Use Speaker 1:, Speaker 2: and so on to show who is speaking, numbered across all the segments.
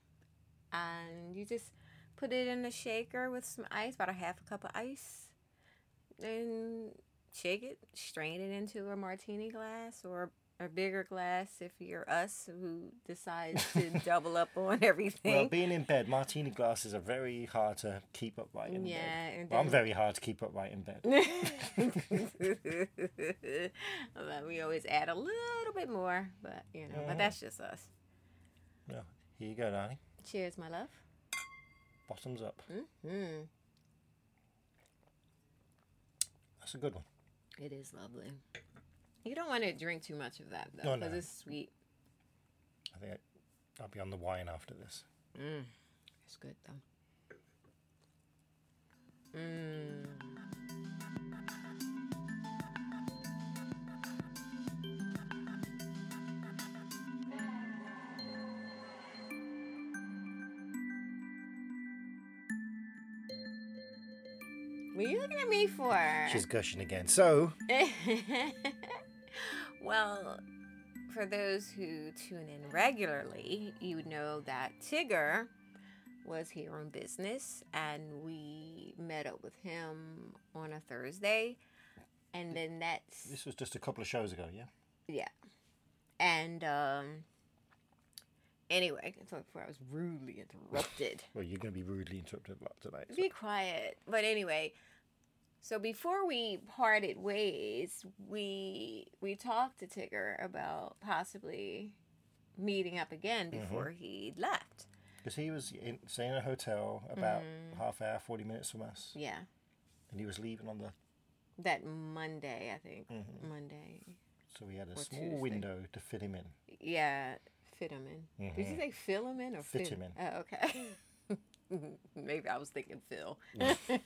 Speaker 1: And you just put it in a shaker with some ice, about a half a cup of ice, and shake it, strain it into a martini glass or a bigger glass if you're us who decides to double up on everything.
Speaker 2: Well, being in bed, martini glasses are very hard to keep upright in
Speaker 1: yeah, Mm.
Speaker 2: bed.
Speaker 1: and
Speaker 2: Well, I'm
Speaker 1: then-
Speaker 2: very hard to keep upright in bed.
Speaker 1: But we always add a little bit more, but you know, but that's just us.
Speaker 2: Yeah. Here you go, darling.
Speaker 1: Cheers, my love.
Speaker 2: Bottoms up.
Speaker 1: Mm,
Speaker 2: That's a good one.
Speaker 1: it is lovely. You don't want to drink too much of that though,
Speaker 2: No,
Speaker 1: because
Speaker 2: no.
Speaker 1: it's sweet.
Speaker 2: I think I, I'll be on the wine after this.
Speaker 1: It's good though. Mm. What are you looking at me for?
Speaker 2: She's gushing again. So,
Speaker 1: well, for those who tune in regularly, you know that Tigger was here on business and we met up with him on a Thursday. And then that's
Speaker 2: this was just a couple of shows ago, yeah?
Speaker 1: yeah. And um anyway, so before I was rudely interrupted.
Speaker 2: Well, you're going to be rudely interrupted a lot tonight.
Speaker 1: Be quiet. But anyway, so before we parted ways, we we talked to Tigger about possibly meeting up again before he left.
Speaker 2: Because he was in, staying in a hotel about
Speaker 1: Mm.
Speaker 2: half hour, 40 minutes from us.
Speaker 1: Yeah.
Speaker 2: And he was leaving on the.
Speaker 1: That Monday, I think. Monday.
Speaker 2: So we had a
Speaker 1: Or
Speaker 2: small
Speaker 1: Tuesday.
Speaker 2: window to fit him in.
Speaker 1: Yeah, fit him in. Did you say fill him in or
Speaker 2: Fit him in.
Speaker 1: Oh, okay. Maybe I was thinking Phil.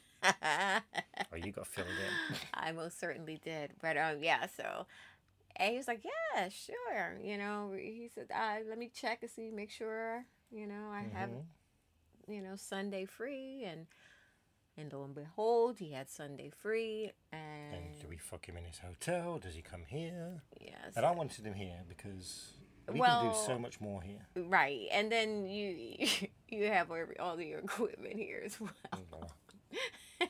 Speaker 2: Oh, you got filled in.
Speaker 1: I most certainly did. But um, yeah, so. And he was like, yeah, sure. You know, he said, uh, let me check and see, make sure, you know, I have,
Speaker 2: Mm-hmm.
Speaker 1: you know, Sunday free. And and lo and behold, he had Sunday free. And,
Speaker 2: And do we fuck him in his hotel? Does he come here?
Speaker 1: yes.
Speaker 2: And I wanted him here because we can do
Speaker 1: Well-
Speaker 2: so much more here.
Speaker 1: right. And then you you have every, all your equipment here as well.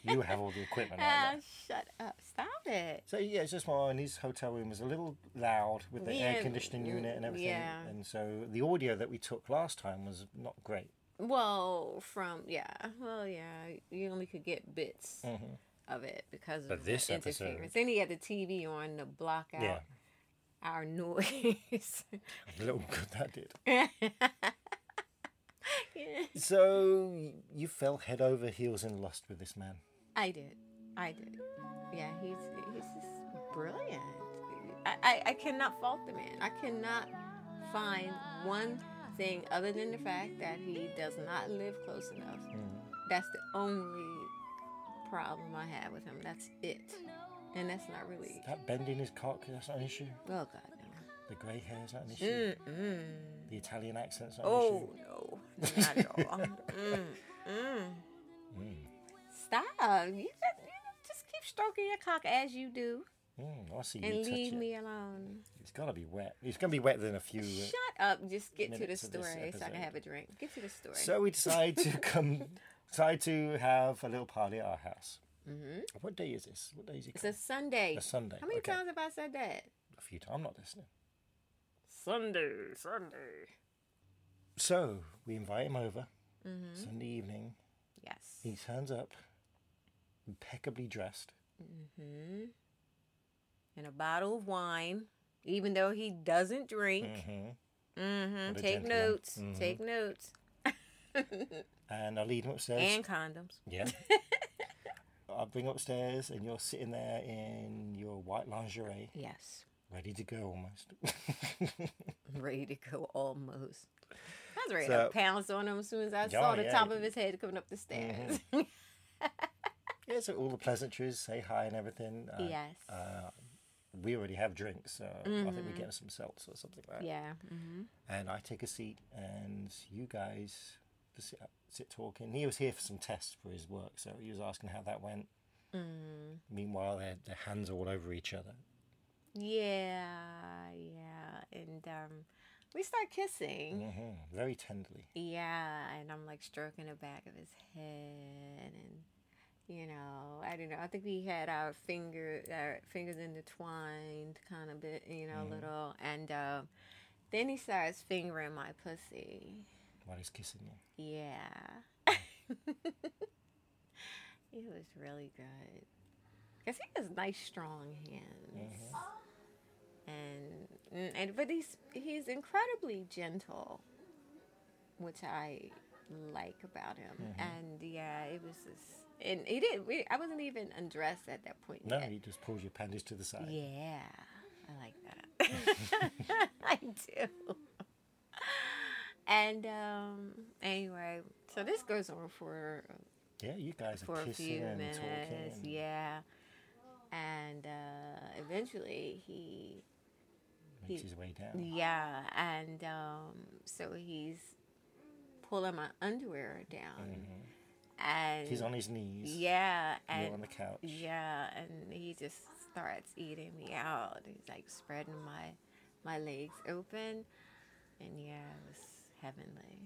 Speaker 2: you have all the equipment
Speaker 1: Ah,
Speaker 2: like that.
Speaker 1: shut up. Stop it.
Speaker 2: So yeah, it's just my and his hotel room was a little loud with the
Speaker 1: Yeah,
Speaker 2: air conditioning unit and everything.
Speaker 1: yeah.
Speaker 2: And so the audio that we took last time was not great.
Speaker 1: Well, from, yeah. Well, yeah. You only could get bits. Of it because
Speaker 2: Mm-hmm. But
Speaker 1: of
Speaker 2: this
Speaker 1: the
Speaker 2: episode-
Speaker 1: interference. Then he had the TV on to block out
Speaker 2: Yeah.
Speaker 1: our noise.
Speaker 2: A little good that did. So you fell head over heels in lust with this man.
Speaker 1: I did. I did. Yeah, he's he's just brilliant. I, I, I cannot fault the man. I cannot find one thing other than the fact that he does not live close enough. That's the only problem I have with him. That's it. And that's not really
Speaker 2: That bend in his cock, that's not an issue.
Speaker 1: Oh god no.
Speaker 2: The grey hair's not an issue.
Speaker 1: Mm-mm.
Speaker 2: The Italian accent's not an issue.
Speaker 1: Mm. Oh no. Not at all. Mm, mm. Stop. You just, you just keep stroking your cock as you do.
Speaker 2: Mm, I see you
Speaker 1: and
Speaker 2: touch
Speaker 1: leave
Speaker 2: it.
Speaker 1: me alone.
Speaker 2: It's gotta be wet. It's gonna be wetter than a few. uh,
Speaker 1: Shut up. Just get to the
Speaker 2: minutes of this
Speaker 1: story so I
Speaker 2: episode.
Speaker 1: can have a drink. Get to the story.
Speaker 2: So we decided to come, decide to have a little party at our house. Mm-hmm. What day is this? What day is it?
Speaker 1: it's a Sunday.
Speaker 2: A Sunday,
Speaker 1: How many
Speaker 2: okay.
Speaker 1: times have I said that?
Speaker 2: A few times. I'm not listening.
Speaker 1: Sunday, Sunday.
Speaker 2: So we invite him over
Speaker 1: Mm.
Speaker 2: Sunday evening.
Speaker 1: Mm-hmm. Yes.
Speaker 2: He turns up, impeccably dressed.
Speaker 1: Mm-hmm. And a bottle of wine, even though he doesn't drink. Mm-hmm.
Speaker 2: What a
Speaker 1: Take
Speaker 2: gentleman. Mm-hmm.
Speaker 1: notes. Take notes.
Speaker 2: And I lead him upstairs.
Speaker 1: And condoms.
Speaker 2: yeah. I bring him upstairs, and you're sitting there in your white lingerie,
Speaker 1: Yes.
Speaker 2: ready to go almost.
Speaker 1: Ready to go almost. I was ready to
Speaker 2: So-
Speaker 1: pounce on him as soon as I
Speaker 2: Yeah,
Speaker 1: saw the
Speaker 2: yeah. Mm-hmm.
Speaker 1: top of his head coming up the stairs.
Speaker 2: yeah, so all the pleasantries, say hi and everything. Uh,
Speaker 1: yes.
Speaker 2: We already have drinks, so I think we're getting some seltz or something like that.
Speaker 1: yeah. Mm-hmm.
Speaker 2: and I take a seat, and you guys just sit, sit talking. He was here for some tests for his work, so he was asking how that went. Mm. Meanwhile, their their hands are all over each other.
Speaker 1: Yeah, yeah. And um, we start kissing.
Speaker 2: hmm Very tenderly.
Speaker 1: Yeah, and I'm like stroking the back of his head, and you know, I don't know. I think we had our finger our fingers intertwined kind of bit, you know, a little. And uh, then he starts fingering my pussy.
Speaker 2: while he's kissing you.
Speaker 1: Yeah. it was really good. Cause he has nice, strong hands, and mm, and but he's he's incredibly gentle, which I like about him. And yeah, it was just, and he did. We, I wasn't even undressed at that point
Speaker 2: No,
Speaker 1: yet.
Speaker 2: he just pulls your panties to the side.
Speaker 1: Yeah, I like that. I do. And um, anyway, so this goes on for
Speaker 2: Yeah, you guys
Speaker 1: for
Speaker 2: are
Speaker 1: a few
Speaker 2: kissing and
Speaker 1: minutes.
Speaker 2: talking. and-
Speaker 1: Yeah, and uh, eventually he
Speaker 2: makes
Speaker 1: He-
Speaker 2: his way down.
Speaker 1: yeah, and um, so he's pulling my underwear down, and
Speaker 2: Mm-hmm. He's on his knees.
Speaker 1: yeah, and
Speaker 2: You're on the couch.
Speaker 1: Yeah, and he just starts eating me out. He's like spreading my my legs open, and yeah, it was heavenly.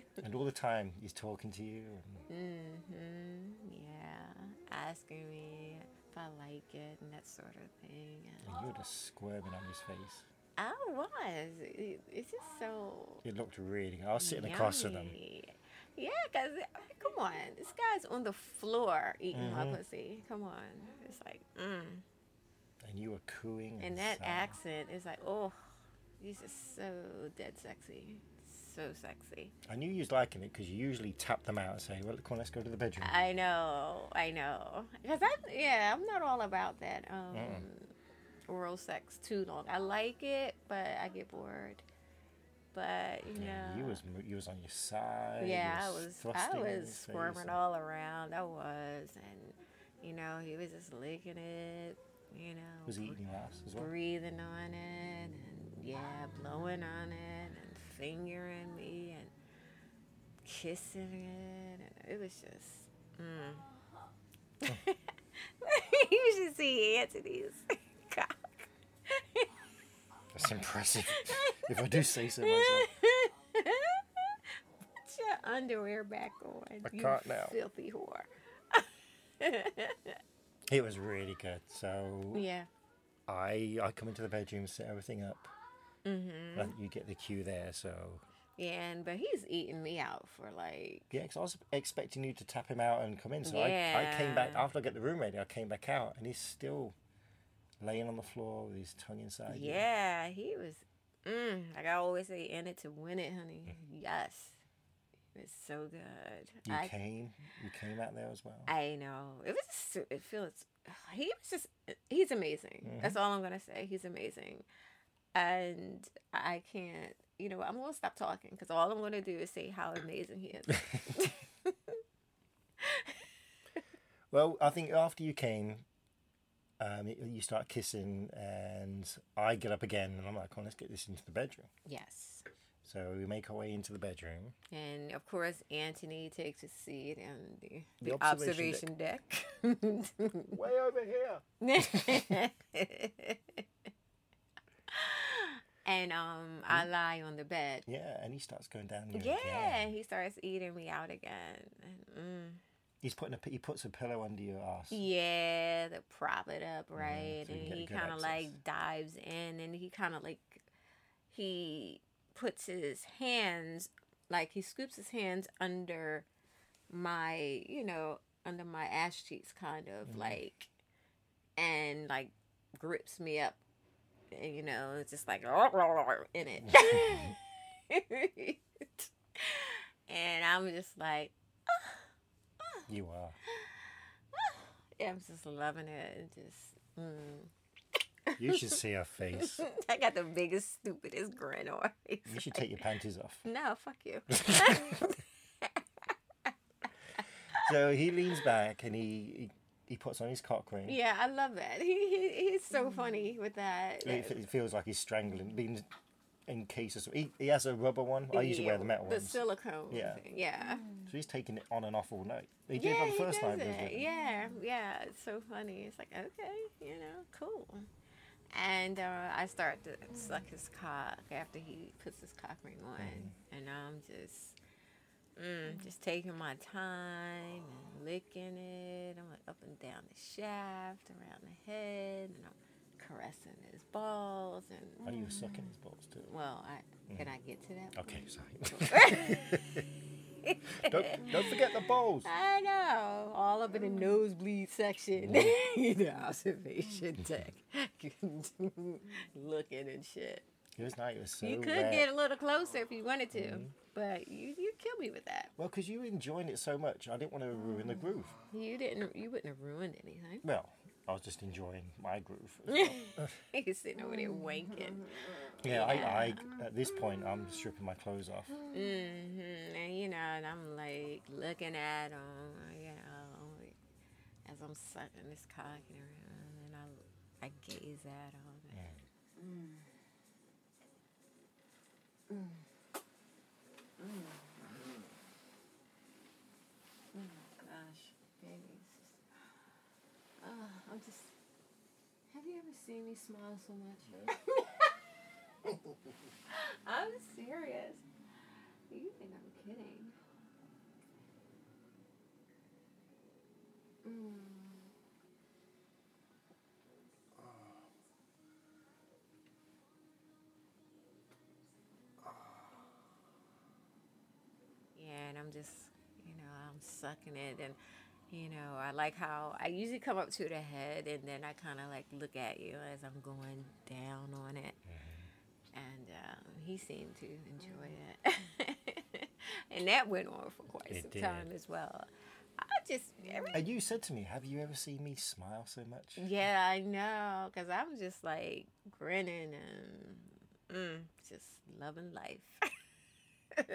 Speaker 2: And all the time he's talking to you. And
Speaker 1: mhm. Yeah, asking me if I like it and that sort of thing. And
Speaker 2: and you're just squirming on his face.
Speaker 1: I was. It, it's just so.
Speaker 2: It looked really. I was sitting across from them.
Speaker 1: yummy. Yeah, cause come on, this guy's on the floor eating
Speaker 2: Mm-hmm.
Speaker 1: my pussy. Come on, it's like. Mm.
Speaker 2: And you were cooing.
Speaker 1: And that
Speaker 2: sighing.
Speaker 1: accent is like, oh, he's just so dead sexy. So sexy.
Speaker 2: I knew you was liking it because you usually tap them out and say, well, come on, let's go to the bedroom.
Speaker 1: I know, I know. Because I'm, yeah, I'm not all about that um, oral sex too long. I like it, but I get bored. But, you know.
Speaker 2: Yeah, You was mo- you was on your side. you
Speaker 1: Yeah, I
Speaker 2: was
Speaker 1: was I
Speaker 2: thrusting in
Speaker 1: was
Speaker 2: his face
Speaker 1: squirming
Speaker 2: and-
Speaker 1: all around. I was, and you know, he was just licking it. You know,
Speaker 2: Was he eating your ass as well?
Speaker 1: breathing on it, and yeah, blowing on it, and fingering me, and kissing it. And it was just. Mm. you should see Anthony's cock.
Speaker 2: That's impressive. if I do say so myself.
Speaker 1: Put your underwear back on.
Speaker 2: I
Speaker 1: you
Speaker 2: can't now.
Speaker 1: Filthy whore.
Speaker 2: It was really good. So
Speaker 1: Yeah.
Speaker 2: I I come into the bedroom, set everything up. Mm-hmm. And you get the cue there. So
Speaker 1: Yeah, and but he's eating me out for like
Speaker 2: yeah, 'cause I was expecting you to tap him out and come in. So I, I came back
Speaker 1: Yeah.
Speaker 2: after I got the room ready. I came back out and he's still laying on the floor with his tongue inside. you.
Speaker 1: Yeah, he was. Mm, like I always say, in it to win it, honey. Yes, it's so good.
Speaker 2: You
Speaker 1: I,
Speaker 2: came. You came out there as well.
Speaker 1: I know it was. just so- It feels. He was just. He's amazing. That's all I'm gonna say. He's amazing, and I can't. You know, what, I'm gonna stop talking because all I'm gonna do is say how amazing he is.
Speaker 2: Well, I think after you came, um, y- you start kissing, and I get up again, and I'm like, "Come on, let's get this into the bedroom."
Speaker 1: yes,
Speaker 2: So we make our way into the bedroom.
Speaker 1: and of course Anthony takes a seat on the, the,
Speaker 2: The observation
Speaker 1: observation deck.
Speaker 2: Way over here.
Speaker 1: and um, I lie on the bed.
Speaker 2: Yeah, and he starts going down. there
Speaker 1: Yeah,
Speaker 2: again.
Speaker 1: he starts eating me out again. And, mm,
Speaker 2: He's putting a p- he puts a pillow under your ass.
Speaker 1: yeah, the prop it up, right?
Speaker 2: Mm, so you
Speaker 1: and
Speaker 2: get
Speaker 1: he
Speaker 2: good
Speaker 1: kind of
Speaker 2: access.
Speaker 1: like dives in, and he kind of like he puts his hands, like he scoops his hands under my, you know, under my ass cheeks, kind of
Speaker 2: Mm-hmm.
Speaker 1: like, and like grips me up, and, you know, it's just like in it.
Speaker 2: Mm-hmm.
Speaker 1: And I'm just like,
Speaker 2: You are.
Speaker 1: yeah, I'm just loving it. And just, mm.
Speaker 2: You should see her face.
Speaker 1: I got the biggest, stupidest grin on. my
Speaker 2: You
Speaker 1: face.
Speaker 2: should take your panties off.
Speaker 1: No, fuck you.
Speaker 2: So he leans back and he he, he puts on his cock ring.
Speaker 1: yeah, I love that. He, he he's so funny with that.
Speaker 2: It, f- it feels like he's strangling. Leans in case of he, he has a rubber one. I usually wear the metal
Speaker 1: The
Speaker 2: ones. So
Speaker 1: silicone.
Speaker 2: Yeah.
Speaker 1: Thing. Yeah.
Speaker 2: he's taking it on and off all night. He did
Speaker 1: Yeah,
Speaker 2: that
Speaker 1: he
Speaker 2: the first
Speaker 1: does
Speaker 2: time.
Speaker 1: it.
Speaker 2: didn't he?
Speaker 1: Yeah, yeah. It's so funny. It's like okay, you know, cool. And uh, I start to suck his cock after he puts his cock ring on,
Speaker 2: Mm-hmm.
Speaker 1: and I'm just, mm, just taking my time and licking it. I'm like, up and down the shaft, around the head, and I'm caressing his balls, and
Speaker 2: Are Oh, you sucking his balls too?
Speaker 1: well, I
Speaker 2: Mm-hmm.
Speaker 1: can I get to that?
Speaker 2: Okay, sorry. don't, don't forget the balls.
Speaker 1: I know, all up in the nosebleed section, the observation deck, looking and shit.
Speaker 2: It was nice. It was so
Speaker 1: you could
Speaker 2: wet.
Speaker 1: get a little closer if you wanted to, but you you killed me with that.
Speaker 2: Well, because you were enjoying it so much, I didn't want to ruin the groove.
Speaker 1: You didn't. You wouldn't have ruined anything.
Speaker 2: Well, I was just enjoying my groove. as well.
Speaker 1: He's sitting over there wanking.
Speaker 2: yeah, I, I, at this point, I'm stripping my clothes off.
Speaker 1: Mm-hmm. And you know, and I'm like looking at him, you know, like, as I'm sucking this cock and around, and I, I gaze at him. And, Oh gosh, baby, it's just, Ah, I'm just. Have you ever seen me smile so much? I'm serious. You think I'm kidding? Mm. Yeah, and I'm just, you know, I'm sucking it, and you know, I like how I usually come up to the head, and then I kind of like look at you as I'm going down on it,
Speaker 2: Mm-hmm.
Speaker 1: and um, he seemed to enjoy it, and that went on for quite
Speaker 2: It
Speaker 1: some
Speaker 2: did.
Speaker 1: time as well. I just every
Speaker 2: And you said to me, "Have you ever seen me smile so much?"
Speaker 1: yeah, I know, cause I'm just like grinning and mm, just loving life.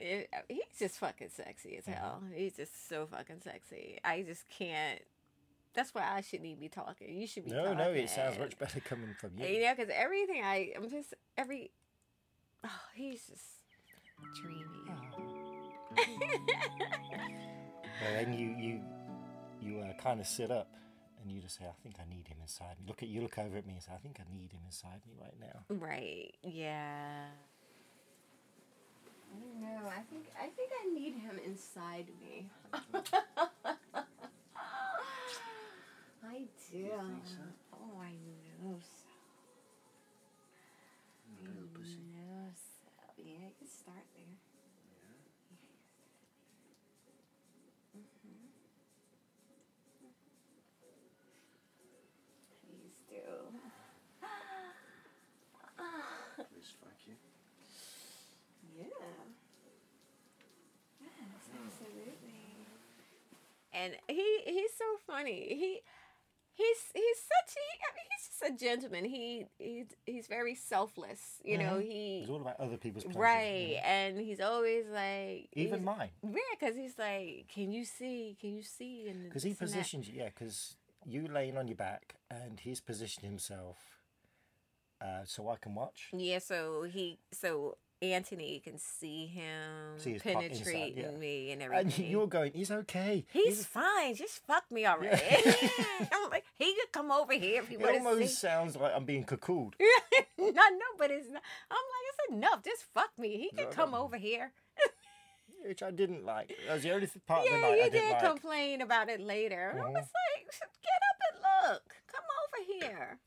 Speaker 1: It- uh, he's just fucking sexy
Speaker 2: Mm.
Speaker 1: as hell. He's just so fucking sexy. I just can't. That's why I shouldn't even be talking. You should be.
Speaker 2: No,
Speaker 1: talking.
Speaker 2: no, it sounds much better coming from
Speaker 1: You
Speaker 2: you.
Speaker 1: know, because everything I, I'm just every. Oh, he's just dreamy.
Speaker 2: Well, then you, you, you uh, kind of sit up, and you just say, "I think I need him inside me." Look at you, look over at me, and say, "I think I need him inside me right now."
Speaker 1: Right. Yeah. I don't know. I think I think I need him inside me. I do. Oh, I know so. I know so. Yeah, you can start there. Mm-hmm. Mm-hmm. Please do. Ah.
Speaker 3: Miss Fuck you.
Speaker 1: Yeah. Yes, absolutely. Hmm. And he he's so funny. He he's he's such he, I mean, he's just a gentleman. He he's he's very selfless. You know,
Speaker 2: Mhm.
Speaker 1: he
Speaker 2: It's all about other people's pleasure.
Speaker 1: right, and he's always like
Speaker 2: Even
Speaker 1: he's-
Speaker 2: mine,
Speaker 1: yeah, because he's like, can you see? Can you see? And
Speaker 2: because he
Speaker 1: this and that.
Speaker 2: positions you. Yeah, because you laying on your back, and he's positioned himself, uh, so I can watch.
Speaker 1: Yeah, so he so Anthony can see him
Speaker 2: See his pop inside,
Speaker 1: penetrating
Speaker 2: yeah.
Speaker 1: me and everything.
Speaker 2: And you're going, "He's okay."
Speaker 1: He's fine. Just fuck me already. I'm like, he could come over here if he
Speaker 2: It
Speaker 1: wanted to.
Speaker 2: almost
Speaker 1: see.
Speaker 2: sounds like I'm being cocooned.
Speaker 1: I know, but it's not. I'm like, it's enough. Just fuck me. He
Speaker 2: Yeah, I
Speaker 1: could come
Speaker 2: know.
Speaker 1: over here.
Speaker 2: which I didn't like. That was the only th- part of the
Speaker 1: Yeah,
Speaker 2: night I
Speaker 1: you
Speaker 2: didn't
Speaker 1: did
Speaker 2: like.
Speaker 1: complain about it later. I
Speaker 2: Mhm.
Speaker 1: was like, get up and look. Come over here.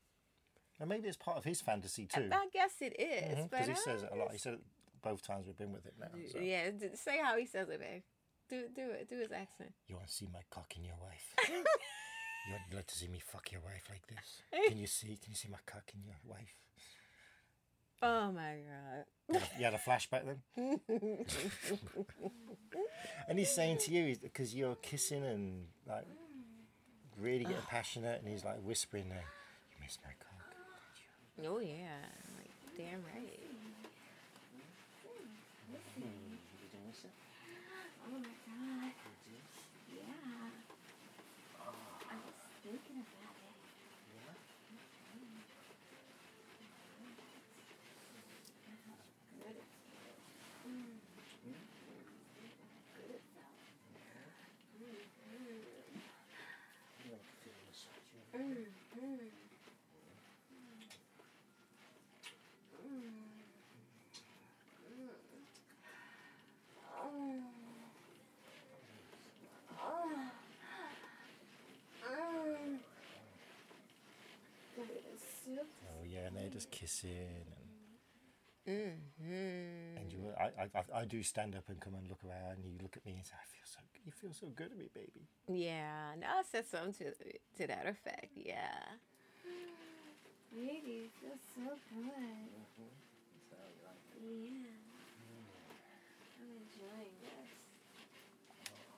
Speaker 2: and maybe it's part of his fantasy too,
Speaker 1: I guess it is,
Speaker 2: because
Speaker 1: but
Speaker 2: Mm-hmm. he
Speaker 1: I
Speaker 2: says it a lot. He
Speaker 1: just-
Speaker 2: said it both times we've been with it now. So.
Speaker 1: Yeah, d- say how he says it, babe. Do do it. Do his accent.
Speaker 2: You want to see my cock in your wife? you would like to see me fuck your wife like this? Can you see? Can you see my cock in your wife?
Speaker 1: Oh my god.
Speaker 2: You had a- You had a flashback then. and he's saying to you because you're kissing and like really getting passionate, and he's like whispering there. You miss my cock.
Speaker 1: Oh yeah. I'm like, damn right.
Speaker 4: Oh my god. Yeah. I was thinking about it.
Speaker 2: there Oh, and they're just kissing and
Speaker 1: Mm-hmm.
Speaker 2: And you, were- I, I- I, I do stand up and come and look around, and you look at me and say, "I feel so, you feel so good at me, baby."
Speaker 1: Yeah, no, I said something to, to that effect. Yeah.
Speaker 4: Baby, it feels so good. Yeah. I'm enjoying this.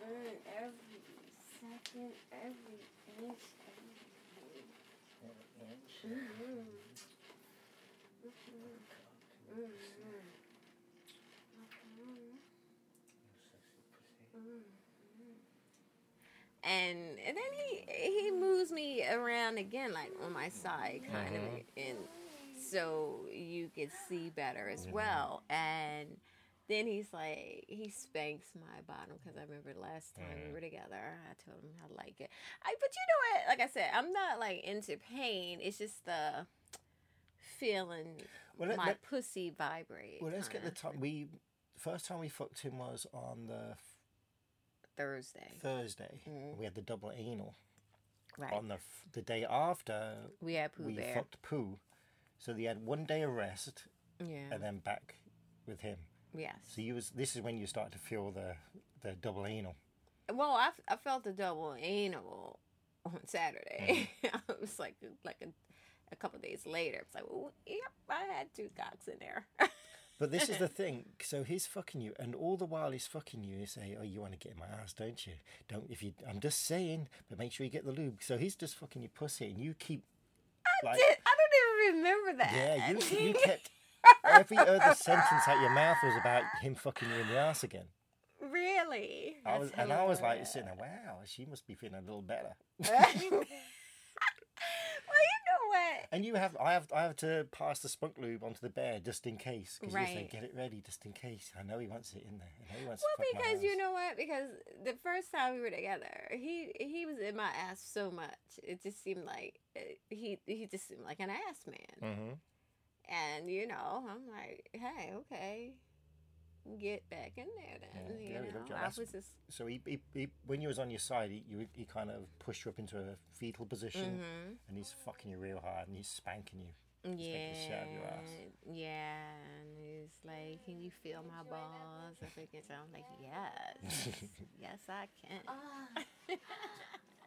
Speaker 4: Mm, every second, every inch, everything. Mm-hmm. Mm-hmm. Mm-hmm.
Speaker 1: And, and then he he moves me around again, like on my side, kind of,
Speaker 2: Mm-hmm.
Speaker 1: and so you could see better as well. And then he's like, he spanks my bottom because I remember last time
Speaker 2: Mm.
Speaker 1: we were together, I told him I like it. I but you know what? Like I said, I'm not like into pain. It's just the feeling
Speaker 2: Well, let,
Speaker 1: my
Speaker 2: let,
Speaker 1: pussy vibrate.
Speaker 2: well, let's get the
Speaker 1: kinda.
Speaker 2: time. We first time we fucked him was on the
Speaker 1: Thursday.
Speaker 2: Thursday. We had the double
Speaker 1: Mm.
Speaker 2: anal
Speaker 1: Right.
Speaker 2: on the f- the day after
Speaker 1: we had Pooh
Speaker 2: we
Speaker 1: Bear.
Speaker 2: fucked poo. So they had one day of rest
Speaker 1: yeah.
Speaker 2: and then back with him.
Speaker 1: Yes.
Speaker 2: So you was this is when you start to feel the the double anal.
Speaker 1: Well, I, f- I felt the double anal on Saturday.
Speaker 2: Mm-hmm.
Speaker 1: it was like like a, a couple days later. It's like, well, yep, I had two cocks in there.
Speaker 2: But this is the thing. So he's fucking you, and all the while he's fucking you, you say, "Oh, you want to get in my ass, don't you? Don't if you." I'm just saying, but make sure you get the lube. So he's just fucking your pussy, and you keep. Like,
Speaker 1: Did- I don't even remember that.
Speaker 2: yeah, you you kept every other sentence out your mouth was about him fucking you in the ass again.
Speaker 1: really.
Speaker 2: I
Speaker 1: That's
Speaker 2: was, and I was like
Speaker 1: hilarious.
Speaker 2: sitting there, wow, she must be feeling a little better.
Speaker 1: well, you know what?
Speaker 2: And you have, I have, I have to pass the spunk lube onto the bear just in case, because you say,
Speaker 1: Right.
Speaker 2: get it ready just in case. I know he wants it in there. I know he wants.
Speaker 1: Well,
Speaker 2: to fuck my
Speaker 1: because you
Speaker 2: ass."
Speaker 1: know what? Because the first time we were together, he he was in my ass so much. It just seemed like uh, he he just seemed like an ass man.
Speaker 2: Mhm.
Speaker 1: And you know, I'm like, hey, okay, get back in there then.
Speaker 2: Yeah,
Speaker 1: you
Speaker 2: yeah, we
Speaker 1: know,
Speaker 2: looked at
Speaker 1: I
Speaker 2: us.
Speaker 1: was just
Speaker 2: So he, he, he, when you was on your side, he, you, he kind of pushed you up into a fetal position,
Speaker 1: Mm-hmm.
Speaker 2: and he's fucking you real hard, and he's spanking you.
Speaker 1: yeah,
Speaker 2: the shit out of your ass.
Speaker 1: yeah. And he's like, can you feel my balls? I think it's. I'm like, yes, yes, I can.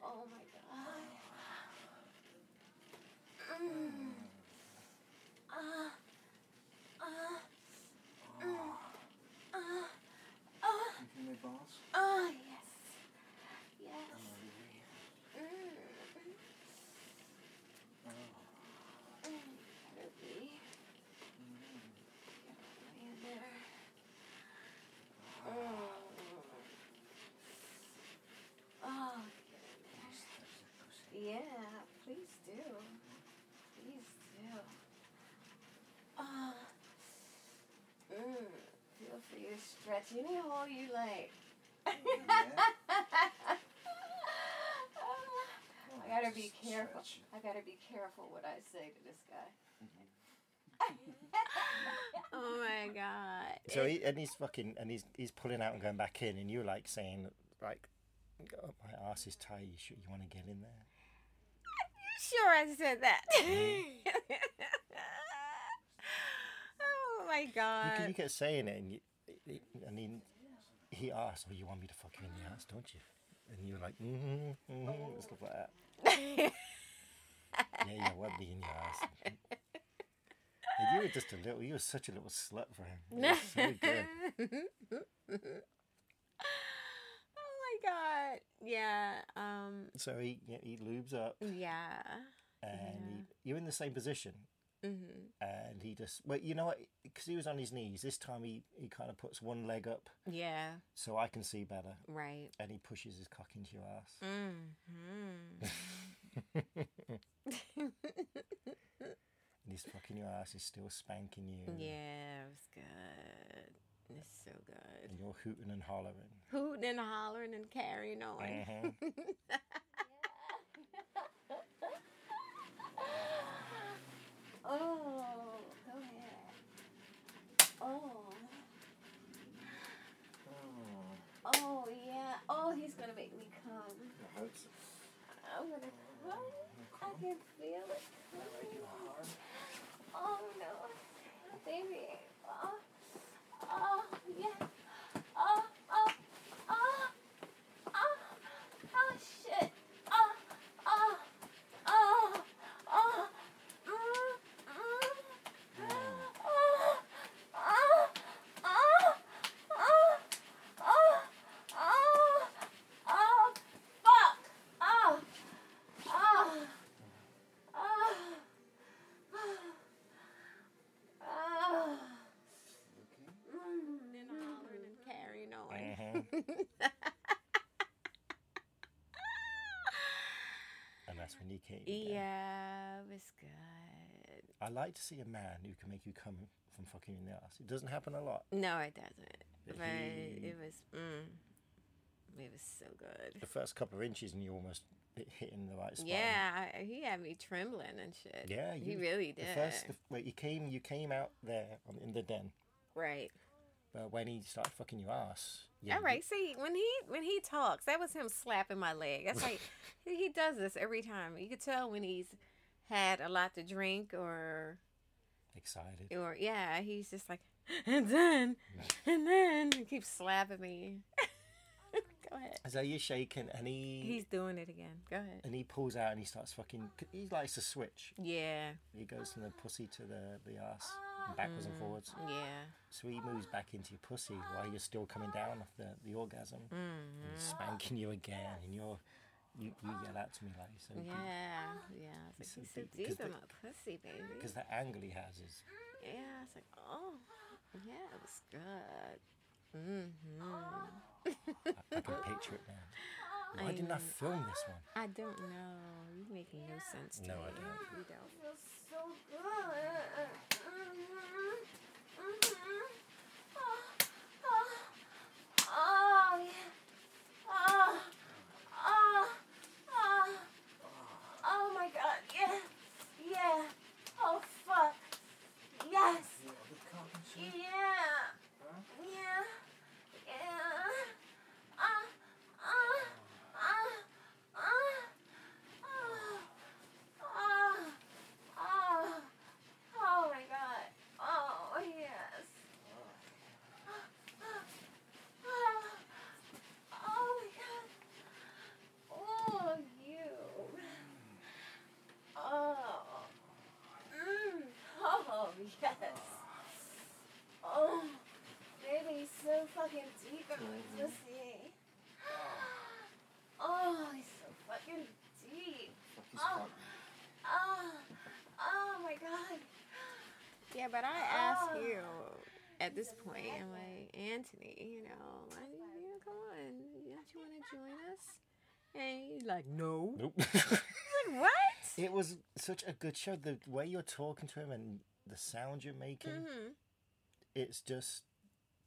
Speaker 4: Oh my god.
Speaker 3: You feel my balls?
Speaker 4: Oh, yes. Yes. Oh, Yeah, please do. Please do. Ah. Mm. Feel free to stretch any hole you like. I gotta be
Speaker 3: Just
Speaker 4: careful.
Speaker 3: stretch.
Speaker 4: I gotta be careful what I say to this guy.
Speaker 1: Oh my god.
Speaker 2: So he, and he's fucking, and he's he's pulling out and going back in, and you're like saying, like, oh, my ass is tight. You, should, you want to get in there?
Speaker 1: Sure, I said that.
Speaker 2: Mm-hmm.
Speaker 1: oh my
Speaker 2: You, can,
Speaker 1: god.
Speaker 2: you get saying it, and you, I mean, he asked, "Oh, you want me to fuck you in the ass, don't you?" And you're like, mm-hmm, mm-hmm, and stuff like that. Yeah, yeah, what be in your ass? And you were just a little. You were such a little slut for him. It was so good.
Speaker 1: oh my god. Yeah. Um.
Speaker 2: So he yeah, he lubes up,
Speaker 1: Yeah.
Speaker 2: and he, you're in the same position,
Speaker 1: Mhm.
Speaker 2: and he just well, you know what? Because he was on his knees this time, he he kind of puts one leg up
Speaker 1: Yeah.
Speaker 2: so I can see better,
Speaker 1: Right.
Speaker 2: and he pushes his cock into your ass.
Speaker 1: Mm. Mm-hmm.
Speaker 2: And he's fucking your ass. He's still spanking you.
Speaker 1: yeah, it was good. It's so good.
Speaker 2: And you're hooting and hollering.
Speaker 1: Hooting and hollering and carrying on.
Speaker 2: Mhm.
Speaker 4: Oh, go ahead. Oh. Oh yeah. Oh, he's gonna make me come.
Speaker 3: It hurts.
Speaker 4: I'm gonna come. I can feel it coming. Oh no, baby. Oh, oh yeah. Oh, oh, oh, oh, oh shit. Oh, oh, oh, oh. Mm, mm. Oh, oh, oh, oh, oh, oh, oh, fuck. Oh, oh, oh. Oh.
Speaker 1: And then hollering and carrying on.
Speaker 2: Mhm. and that's when you came. down.
Speaker 1: Yeah, it was good.
Speaker 2: I like to see a man who can make you come from fucking you in the ass. It doesn't happen a lot.
Speaker 1: No, it doesn't.
Speaker 2: But
Speaker 1: But
Speaker 2: he-
Speaker 1: it was, mm, it was so good.
Speaker 2: The first couple of inches and you almost hit hit in the right spot.
Speaker 1: Yeah, I- he had me trembling and shit.
Speaker 2: Yeah,
Speaker 1: he really did.
Speaker 2: The first, the, well, you came, you came out there on, in the den,
Speaker 1: right.
Speaker 2: but when he started fucking your ass, yeah,
Speaker 1: All right. See, when he when he talks, that was him slapping my leg. That's like he he does this every time. You could tell when he's had a lot to drink or
Speaker 2: excited.
Speaker 1: or yeah, he's just like and then and then he keeps slapping me. Go ahead.
Speaker 2: So you're shaking, and he
Speaker 1: He's doing it again. Go ahead.
Speaker 2: and he pulls out and he starts fucking. He likes to switch.
Speaker 1: Yeah,
Speaker 2: He goes from the pussy to the the ass, and backwards and forwards.
Speaker 1: yeah.
Speaker 2: So he moves back into your pussy while you're still coming down off the, the orgasm and spanking you again, and you're you, you yell out to me like so.
Speaker 1: Yeah, yeah. I was like,
Speaker 2: So
Speaker 1: he's so
Speaker 2: deep, 'cause
Speaker 1: deep
Speaker 2: the-
Speaker 1: in my pussy, baby.
Speaker 2: Because the angle he has is
Speaker 1: Yeah, I was like, oh, yeah, it was good. Mm-hmm.
Speaker 2: I can picture it now. Why didn't I film this one?
Speaker 1: I don't know. You're making no sense to
Speaker 2: No,
Speaker 1: me.
Speaker 2: I don't.
Speaker 1: You don't.
Speaker 4: feels so good. Mhm. Mhm. Oh, oh, oh, yeah. Oh, oh, oh. Oh my God, yeah, yeah. Oh fuck, yes,
Speaker 3: Yeah, the cotton
Speaker 4: yeah,
Speaker 3: shirt.
Speaker 4: yeah, yeah. Ah, ah, ah, ah, ah. Oh, oh, oh my god. Oh, yes. Oh, oh my god. Oh, you. Oh. Mm. Oh, yes. Oh, baby, he's so fucking deep in my pussy. Oh, he's so fucking deep.
Speaker 3: Fuck his
Speaker 4: Oh.
Speaker 3: cotton.
Speaker 4: Oh, oh my god.
Speaker 1: Yeah, but I ask
Speaker 4: Oh.
Speaker 1: you at this point, I'm like, Anthony, you know, I, you know, come on. Don't you want to join us? And he's like, no.
Speaker 2: Nope.
Speaker 1: I'm like, what?
Speaker 2: it was such a good show. The way you're talking to him and the sound you're making,
Speaker 1: hmm
Speaker 2: it's just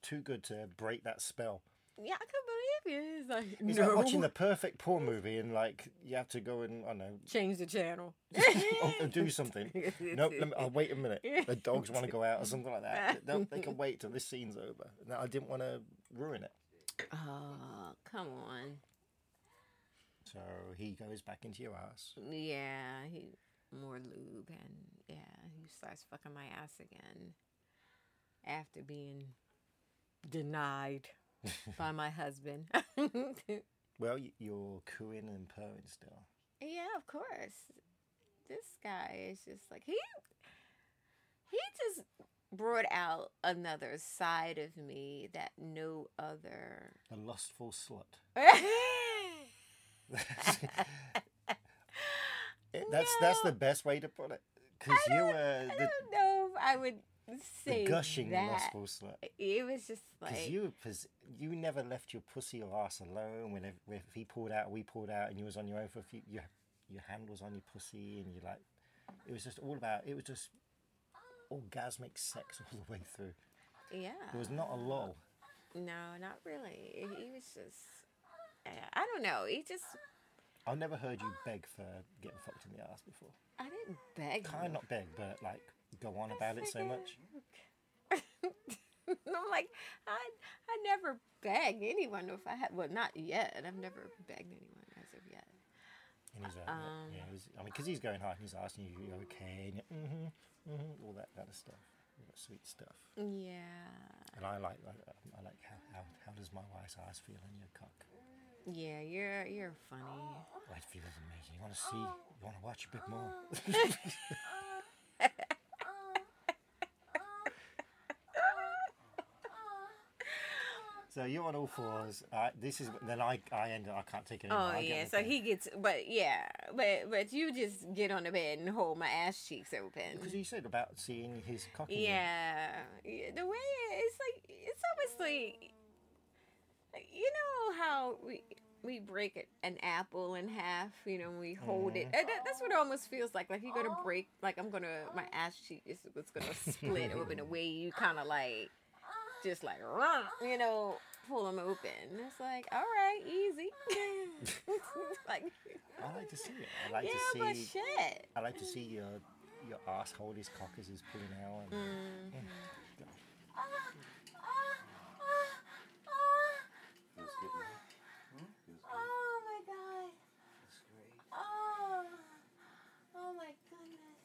Speaker 2: too good to break that spell.
Speaker 1: Yeah, I couldn't believe you. He's like,
Speaker 2: It's
Speaker 1: no.
Speaker 2: like watching the perfect porn movie and like you have to go and I don't know
Speaker 1: Change the channel.
Speaker 2: oh, oh, do something. nope, let me, I'll wait a minute. The dogs want to go out or something like that. They, they can wait till this scene's over. No, I didn't want to ruin it.
Speaker 1: Oh, come on.
Speaker 2: So he goes back into your ass.
Speaker 1: Yeah, he more lube and yeah, he starts fucking my ass again after being denied by my husband. yeah,
Speaker 2: Well, y- you're cooing and purring still.
Speaker 1: of course. This guy is just like he he just brought out another side of me that no other
Speaker 2: The lustful slut.
Speaker 1: yeah.
Speaker 2: It- that's that's
Speaker 1: No.
Speaker 2: the best way to put it. Because you were
Speaker 1: I
Speaker 2: the,
Speaker 1: don't know if I would say
Speaker 2: the gushing
Speaker 1: that.
Speaker 2: lustful slut.
Speaker 1: It was just
Speaker 2: Because
Speaker 1: like
Speaker 2: you, were pos- you never left your pussy or ass alone. When if, if he pulled out, we pulled out, and you was on your own for a few. Your, your hand was on your pussy, and you like, it was just all about. It was just orgasmic sex all the way through.
Speaker 1: Yeah.
Speaker 2: There was not a lull.
Speaker 1: No, not really. He was just. I- I don't know. He just.
Speaker 2: I've never heard you beg for getting fucked in the ass before.
Speaker 1: I didn't beg.
Speaker 2: Kind of not beg, but like go on about it so much.
Speaker 1: him. I'm like, I I never begged anyone if I had. Well, not yet. I've never begged anyone as of yet.
Speaker 2: And he's like, yeah, yeah, it was, I mean, because he's going hard and he's asking you, you okay? And mm-hmm, mm-hmm, all that kind of stuff. All that sweet stuff.
Speaker 1: Yeah.
Speaker 2: And I like, I, I like how, how, how does my wife's eyes feel in your cock?
Speaker 1: Yeah, you're you're funny.
Speaker 2: Oh, it feels amazing. You want to see,
Speaker 1: Oh.
Speaker 2: you want to watch a bit more. so you're on all fours. Uh, this is then I I end up I can't take it anymore.
Speaker 1: Oh
Speaker 2: I get
Speaker 1: yeah,
Speaker 2: the
Speaker 1: so
Speaker 2: thing.
Speaker 1: he gets, but yeah, but but you just get on the bed and hold my ass cheeks
Speaker 2: Because
Speaker 1: open.
Speaker 2: you said about seeing his cock. in you.
Speaker 1: Yeah, Yeah, the way it- it's like it's almost like you know how we we break it- an apple in half. You know, we hold it.
Speaker 2: Mm-hmm.
Speaker 1: Uh, that- that's what it almost feels like. Like you're gonna
Speaker 2: Oh.
Speaker 1: break. Like I'm gonna my ass cheek is was gonna split open the way you kind of like just like you know pull them open. It's like all right, easy. like.
Speaker 2: I like to see it. I like
Speaker 1: Yeah,
Speaker 2: to
Speaker 1: but
Speaker 2: see.
Speaker 1: shit.
Speaker 2: I like to see your your ass hold his cock as he's pulling out. And,
Speaker 5: Feels good, man. Feels good.
Speaker 4: Oh my god.
Speaker 5: That's great.
Speaker 4: Oh. Oh my goodness.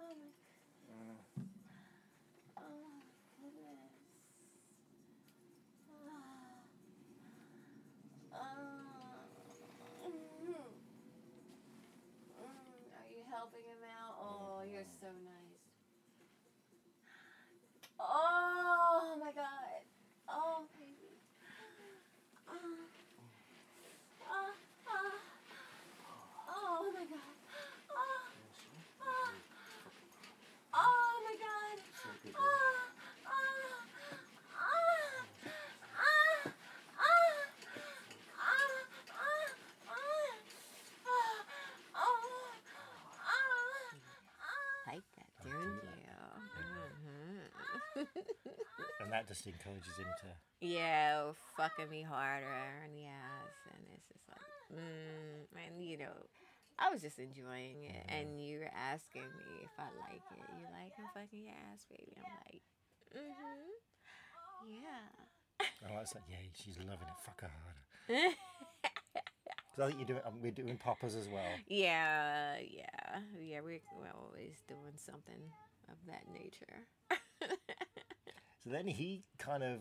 Speaker 4: Oh my
Speaker 5: Uh,
Speaker 1: Mm.
Speaker 4: Oh my goodness. Oh. Oh. Mm. Mm. Are you helping him out? Oh, you're so nice. Oh my god. Oh baby. Ah. Ah. Ah. Oh my god. Ah. Ah. Oh my god.
Speaker 5: so good,
Speaker 4: Ah,
Speaker 5: man.
Speaker 4: ah, ah, ah, ah, ah, ah, ah, oh, ah, ah.
Speaker 1: like that, don't
Speaker 2: Mm-hmm.
Speaker 1: you? Mhm.
Speaker 2: and that just encourages him to.
Speaker 1: yeah, oh, fucking me harder and yes, and it's just like, mm, and you know, I was just enjoying it, and you were asking me if I like it. You like I'm fucking your ass, baby. I'm like, mm-hmm, yeah.
Speaker 2: And I was like, yay, she's loving it. Fuck her harder. Because I think you do it. um, We're doing poppers as well.
Speaker 1: Yeah, yeah, yeah. We're, we're always doing something of that nature.
Speaker 2: So then he kind of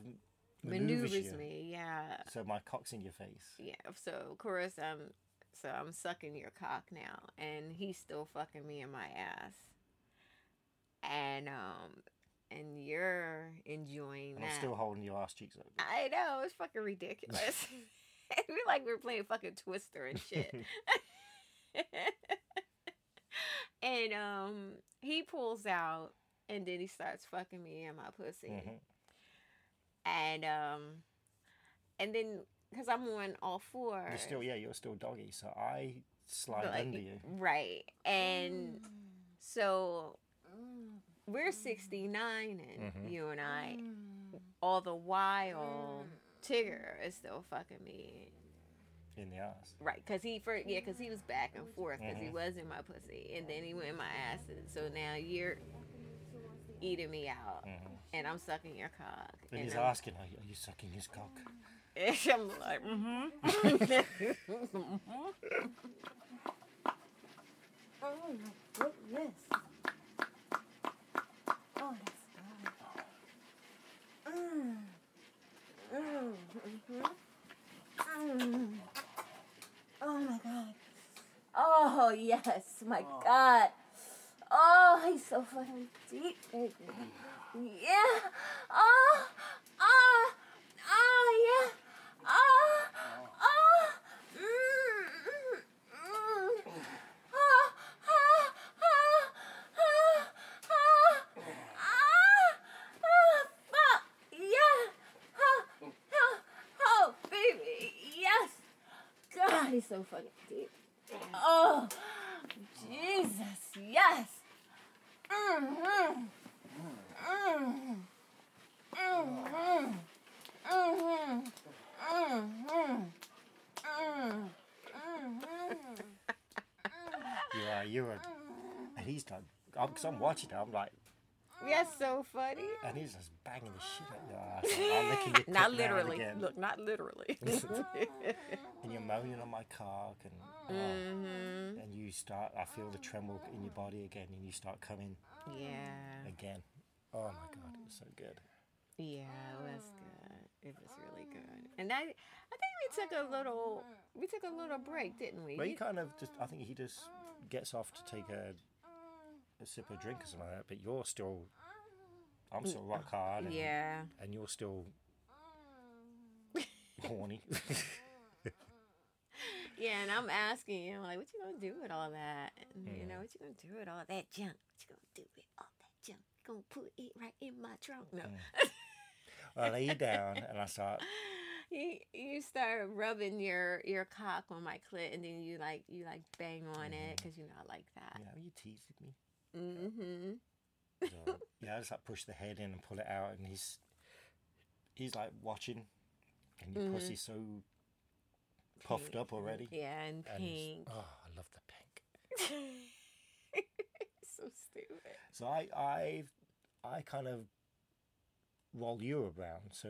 Speaker 2: maneuvers,
Speaker 1: Maneuvers
Speaker 2: you.
Speaker 1: me, yeah.
Speaker 2: So my cock's in your face.
Speaker 1: Yeah, so of course I'm so I'm sucking your cock now and he's still fucking me in my ass. And um and you're enjoying
Speaker 2: And
Speaker 1: that.
Speaker 2: I'm still holding your ass cheeks open.
Speaker 1: I know, it's fucking ridiculous. we like we we're playing fucking Twister and shit. and um he pulls out and then he starts fucking me in my pussy
Speaker 2: Mhm.
Speaker 1: and um and then because i'm on all 4
Speaker 2: You're still, yeah, you're still doggy. So I slide
Speaker 1: like,
Speaker 2: under you.
Speaker 1: right and
Speaker 4: Mm.
Speaker 1: so we're 69 and
Speaker 2: Mhm.
Speaker 1: you and i all the while
Speaker 4: Mm.
Speaker 1: tigger is still fucking me
Speaker 2: in the ass.
Speaker 1: right because he first yeah because he was back and forth because he
Speaker 2: Mhm.
Speaker 1: was in my pussy and then he went in my ass and so now you're eating me out
Speaker 2: Mhm.
Speaker 1: and i'm sucking your cock
Speaker 2: And he's
Speaker 1: I'm-
Speaker 2: asking, are you, are you sucking his cock?
Speaker 1: And I'm like, mm-hmm.
Speaker 4: Oh my goodness. Oh, that's good. Mm. Mm, mhm. Mm. Oh my god. Oh yes, my god. Oh, he's so fucking deep, baby. Yeah. Oh, oh, oh, yeah. Oh, oh. Mm, mm, mm. God, he's so fucking deep. Oh, Jesus, yes. Mm-hmm. Mm-hmm. Mm-hmm. Mm-hmm. Mm-hmm. Mm-hmm.
Speaker 2: You are, you are. And he's like, because I'm watching it, I'm like,
Speaker 1: We are so funny.
Speaker 2: And he's just banging the shit out your ass. I'm licking your
Speaker 1: Not
Speaker 2: clit now and
Speaker 1: literally.
Speaker 2: again.
Speaker 1: Look, not literally.
Speaker 2: and you're moaning on my cock, and oh.
Speaker 1: Mm. Mm-hmm.
Speaker 2: and you start. I feel the tremble in your body again, and you start coming
Speaker 1: yeah.
Speaker 2: again. Oh my god, it was so good.
Speaker 1: Yeah, it was good. It was really good. And I I think we took a little we took a little break, didn't we?
Speaker 2: Well, he
Speaker 1: You-
Speaker 2: kind of just. I think he just gets off to take a a sip of drink or something like that. But you're still. I'm still rock hard. And,
Speaker 1: Mm. yeah.
Speaker 2: And you're still horny.
Speaker 1: Yeah, and I'm asking you, I'm like, what you gonna do with all that? And, You know, what you gonna do with all that junk? What you gonna do with all that junk? You gonna put it right in my trunk? No.
Speaker 2: I lay down and I start
Speaker 1: you, you start rubbing your your cock on my clit, and then you like you like bang on it
Speaker 2: Mm-hmm.
Speaker 1: because you know I like that.
Speaker 2: you know, you teasing me.
Speaker 1: Mm-hmm.
Speaker 2: So, yeah, I just like push the head in and pull it out, and he's he's like watching, and your pussy's so puffed up already.
Speaker 1: Mm-hmm. Yeah, and
Speaker 2: And he's-
Speaker 1: pink.
Speaker 2: oh, I love the pink.
Speaker 1: so stupid.
Speaker 2: So I I I kind of roll you around, so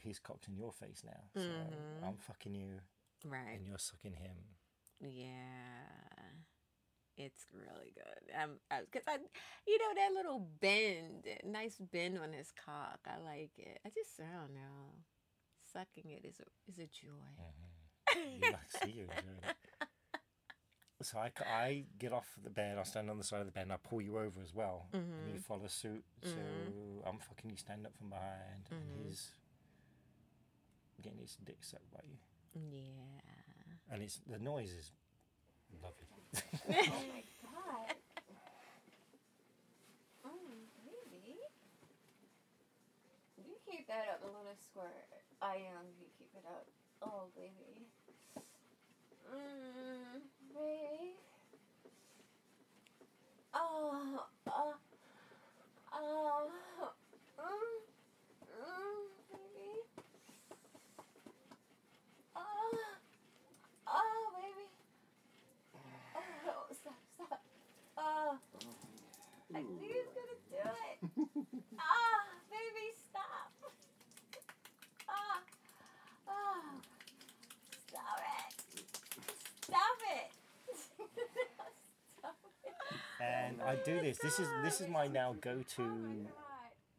Speaker 2: he's cocked in your face now. So I'm fucking you,
Speaker 1: Right.
Speaker 2: and you're sucking him.
Speaker 1: Yeah. It's really good. Um, because I, you know, that little bend, that nice bend on his cock. I like it. I just, I don't know. Sucking it is a, is a joy.
Speaker 2: You like see you enjoying it. So I, ca- I get off the bed, I stand on the side of the bed, and I pull you over as well,
Speaker 1: Mm-hmm.
Speaker 2: and you follow suit. So I'm fucking you, stand up from behind, and he's getting his dick sucked by you,
Speaker 1: Yeah.
Speaker 2: and it's the noise is lovely.
Speaker 4: God. Oh, baby. You keep that up, I'm gonna squirt. I am. You keep it up. Oh, baby. Mmm, baby. Oh, oh, oh. Mmm, mmm, baby. Oh, oh, baby. Oh, stop, stop. Oh, I knew he was gonna do it. Ah, baby, stop. Ah, oh, stop it. Stop it. stop it.
Speaker 2: And I
Speaker 1: Oh
Speaker 2: do this. This is this is Oh my now go-to
Speaker 4: God.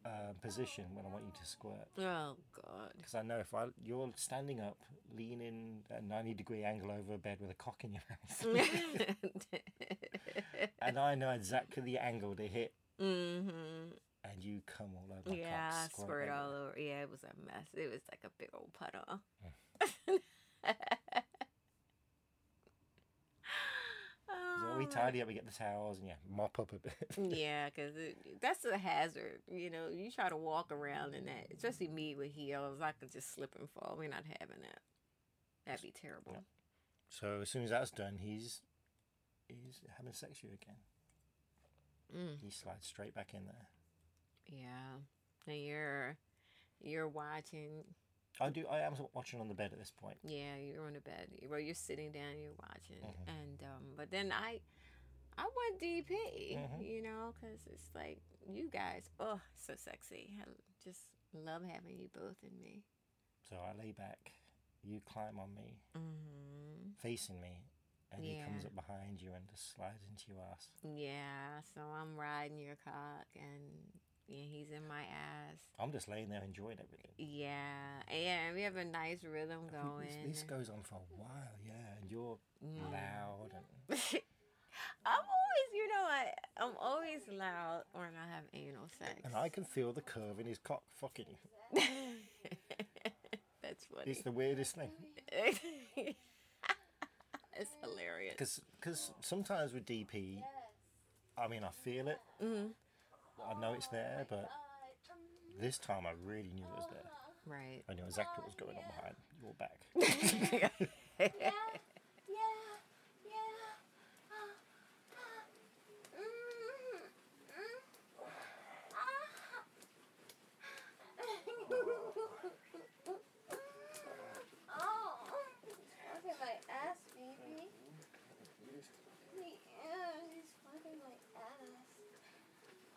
Speaker 2: uh, position when I want you to squirt,
Speaker 1: Oh, God.
Speaker 2: because I know if I you're standing up, leaning at a ninety-degree angle over a bed with a cock in your mouth. and I know exactly the angle to hit,
Speaker 1: mm-hmm.
Speaker 2: and you come all over. my cock,
Speaker 1: Yeah, I squirt all
Speaker 2: everywhere.
Speaker 1: over. Yeah, it was a mess. It was like a big old puddle.
Speaker 2: So we tidy up, we get the towels, and yeah, mop up a bit.
Speaker 1: Yeah, because that's a hazard. You know, you try to walk around in that, especially me with heels. I could just slip and fall. We're not having that. That'd be terrible.
Speaker 2: so as soon as that's done, he's he's having sex with you again.
Speaker 1: Mm.
Speaker 2: He slides straight back in there.
Speaker 1: Yeah, and you're you're watching.
Speaker 2: I do. I am watching on the bed at this point.
Speaker 1: Yeah, you're on the bed. Well, you're sitting down. You're watching,
Speaker 2: Mm-hmm.
Speaker 1: and um, but then I I want DP.
Speaker 2: Mm-hmm.
Speaker 1: You know, because it's like you guys. Oh, so sexy. I just love having you both in me.
Speaker 2: So I lay back. You climb on me, Mm-hmm.
Speaker 1: hmm
Speaker 2: facing me, and he comes
Speaker 1: Yeah.
Speaker 2: up behind you and just slides into your ass.
Speaker 1: Yeah, so I'm riding your cock and yeah, he's in my ass.
Speaker 2: I'm just laying there enjoying everything.
Speaker 1: Yeah, yeah, we have a nice rhythm going. Mm.
Speaker 2: This, this goes on for a while, yeah, and you're loud and.
Speaker 1: I'm always, you know, I, I'm always loud when I have anal sex.
Speaker 2: And I can feel the curve in his cock fucking you.
Speaker 1: That's
Speaker 2: It's
Speaker 1: funny.
Speaker 2: the weirdest thing.
Speaker 1: it's hilarious.
Speaker 2: Because sometimes with DP, I mean, I feel it.
Speaker 1: Mm-hmm.
Speaker 2: I know it's there, but
Speaker 4: uh, um,
Speaker 2: this time I really knew it was there.
Speaker 1: Right.
Speaker 2: I knew exactly what was going on behind your back.
Speaker 4: Yeah, yeah. Ah, ah. Mm, mm. Ah. Oh, look at my ass, baby. Yeah, he's fucking my Ah, ass.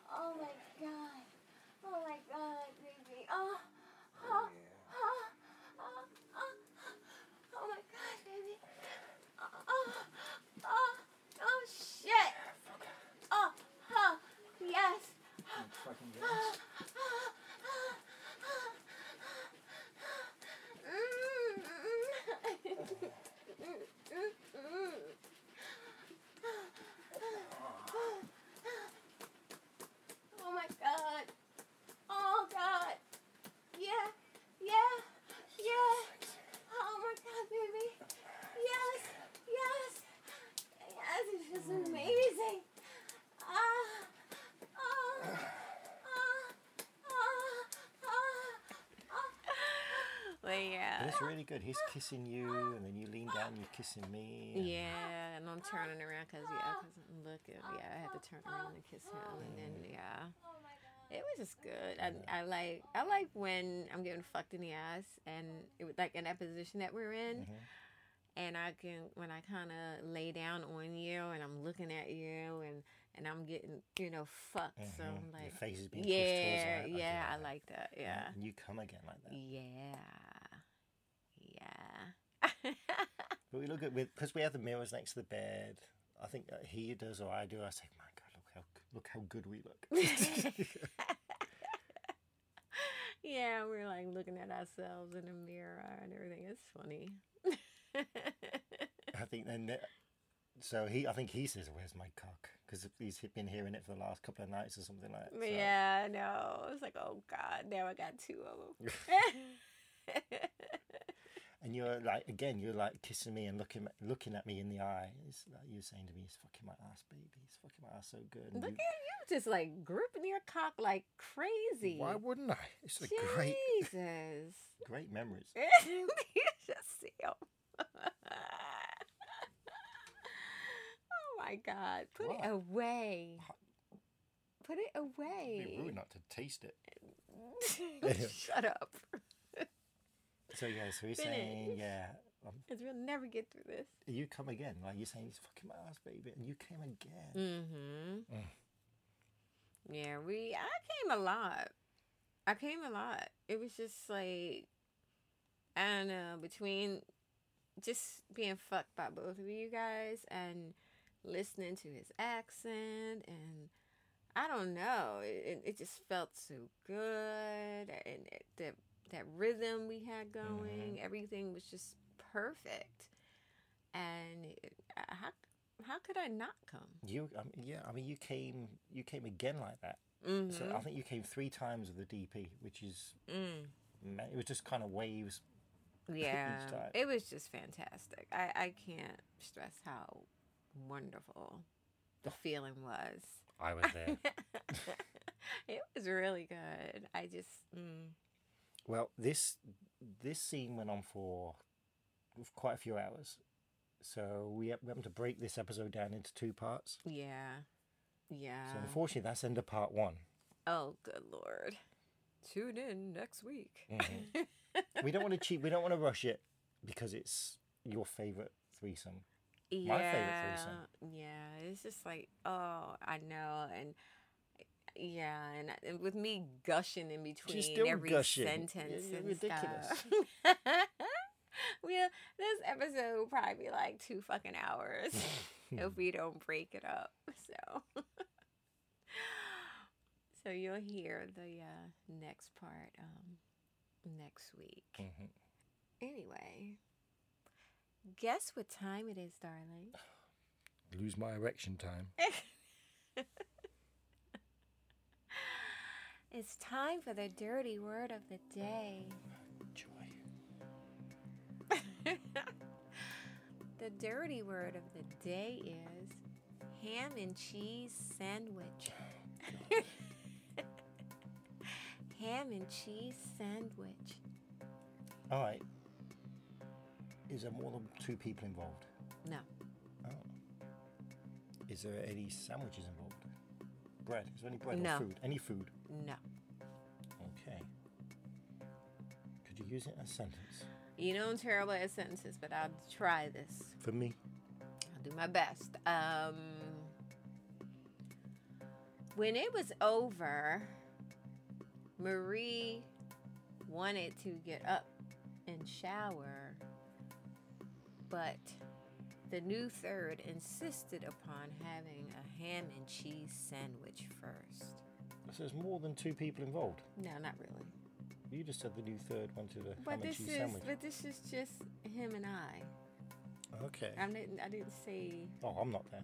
Speaker 4: Oh my god. ah, Oh Ah, Oh, Ah, Oh Oh Oh Ah, ah,
Speaker 2: It's really good. He's kissing you, and then you lean down, you're kissing me. and-
Speaker 1: Yeah, and I'm turning around because yeah, cause I'm looking. Yeah, I had to turn around and kiss him, and
Speaker 2: Mm.
Speaker 1: then yeah,
Speaker 4: Oh
Speaker 1: it was just good. I, I like I like when I'm getting fucked in the ass, and it was like in that position that we're
Speaker 2: Mm-hmm.
Speaker 1: in, and I can when I kind of lay down on you, and I'm looking at you, and and I'm getting you know fucked. So
Speaker 2: Mhm.
Speaker 1: I'm
Speaker 2: Your
Speaker 1: like,
Speaker 2: face is being pushed towards
Speaker 1: yeah,
Speaker 2: her. do
Speaker 1: yeah, I
Speaker 2: that.
Speaker 1: like that. Yeah,
Speaker 2: And you come again like that.
Speaker 1: yeah, yeah.
Speaker 2: But we look at with because we have the mirrors next to the bed. I think uh, he does or I do. I say, my God, look how g- look how good we look.
Speaker 1: Yeah, we're like looking at ourselves in the mirror and everything. It's funny.
Speaker 2: I think then. that- so he, I think he says, "Where's my cock?" Because he's been hearing it for the last couple of nights or something like that.
Speaker 1: but
Speaker 2: so-
Speaker 1: yeah, no, it's like, oh God, now I got two of them.
Speaker 2: And you're like, again, you're like kissing me and looking looking at me in the eye. It's like you're saying to me, "He's fucking my ass, baby. He's fucking my ass so good." And
Speaker 1: Look at
Speaker 2: you-
Speaker 1: you, just like gripping your cock like crazy.
Speaker 2: why wouldn't I? It's a great
Speaker 1: Jesus,
Speaker 2: great memories.
Speaker 1: you just see 'em. oh my God, put
Speaker 2: Why?
Speaker 1: it away.
Speaker 2: Ho-
Speaker 1: Put it away.
Speaker 2: It'd be rude not to taste it.
Speaker 1: Shut up.
Speaker 2: So yeah, so he's saying,
Speaker 1: Finish.
Speaker 2: yeah, um,
Speaker 1: Because we'll never get through this.
Speaker 2: you come again. Like you're saying, he's fucking my ass, baby, and you came again.
Speaker 1: Mm-hmm.
Speaker 2: Mm.
Speaker 1: Yeah, we. I came a lot. I came a lot. It was just like I don't know between just being fucked by both of you guys and listening to his accent and I don't know. It, it, it just felt so good and it, that that rhythm we had going, everything was just perfect. And it, I- how how could I not come?
Speaker 2: You, um, yeah, I mean, you came, you came again like that.
Speaker 1: Mm-hmm.
Speaker 2: So I think you came three times with the DP, which is ma- it was just kind of waves.
Speaker 1: mm-hmm. Yeah,
Speaker 2: time.
Speaker 1: it was just fantastic. I I can't stress how wonderful the feeling was.
Speaker 2: I was there.
Speaker 1: it was really good. I just mm,
Speaker 2: well, this this scene went on for quite a few hours, so we have, we have to break this episode down into two parts.
Speaker 1: yeah, yeah.
Speaker 2: So unfortunately, that's end of part one.
Speaker 1: oh, good lord! Tune in next week.
Speaker 2: Mhm. we don't want to cheat. We don't want to rush it because it's your favorite threesome.
Speaker 1: yeah,
Speaker 2: My favorite threesome.
Speaker 1: Yeah, it's just like, oh, I know, and yeah, and, and with me gushing in between
Speaker 2: still
Speaker 1: every
Speaker 2: gushing.
Speaker 1: sentence
Speaker 2: You're- you're
Speaker 1: and
Speaker 2: ridiculous.
Speaker 1: stuff. well, this episode will probably be like two fucking hours if we don't break it up. So, so you'll hear the uh, next part um, next week.
Speaker 2: Mhm.
Speaker 1: Anyway, guess what time it is, darling.
Speaker 2: lose my erection time.
Speaker 1: It's time for the dirty word of the day.
Speaker 2: Joy.
Speaker 1: The dirty word of the day is ham and cheese sandwich. ham and cheese sandwich.
Speaker 2: All right. Is there more than two people involved?
Speaker 1: No,
Speaker 2: Oh. Is there any sandwiches involved? Bread. Is there any bread
Speaker 1: No.
Speaker 2: or food? Any food.
Speaker 1: no.
Speaker 2: Okay. Could you use it in a sentence?
Speaker 1: You know I'm terrible at sentences, but I'll try this.
Speaker 2: For me.
Speaker 1: I'll do my best. Um, when it was over, Marie wanted to get up and shower, but the new third insisted upon having a ham and cheese sandwich first.
Speaker 2: So there's more than two people involved.
Speaker 1: No, not really.
Speaker 2: You just said the new third wanted a ham
Speaker 1: But
Speaker 2: and
Speaker 1: this
Speaker 2: cheese
Speaker 1: is
Speaker 2: sandwich.
Speaker 1: but this is just him and I.
Speaker 2: Okay.
Speaker 1: I didn't I didn't say
Speaker 2: Oh, I'm not there.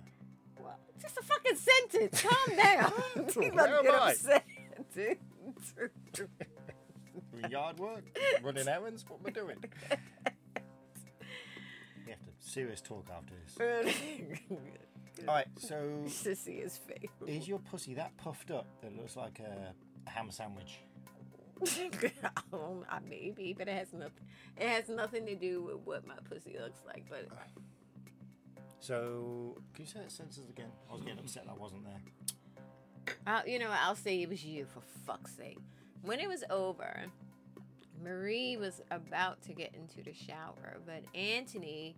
Speaker 1: Well, just a fucking sentence. Calm down. He's about
Speaker 2: Where
Speaker 1: to get
Speaker 2: am I?
Speaker 1: upset. dude.
Speaker 2: Doing yard work, running errands. What am I doing? we have to serious talk after this. All right. So
Speaker 1: Just to see his face.
Speaker 2: Is your pussy that puffed up that it looks like a ham sandwich?
Speaker 1: oh, I- maybe, but it has nothing. It has nothing to do with what my pussy looks like. But
Speaker 2: So, can you say that sentence again? I was getting upset that I wasn't there.
Speaker 1: I'll, you know, what, I'll say it was you for fuck's sake. When it was over, Marie was about to get into the shower, but Anthony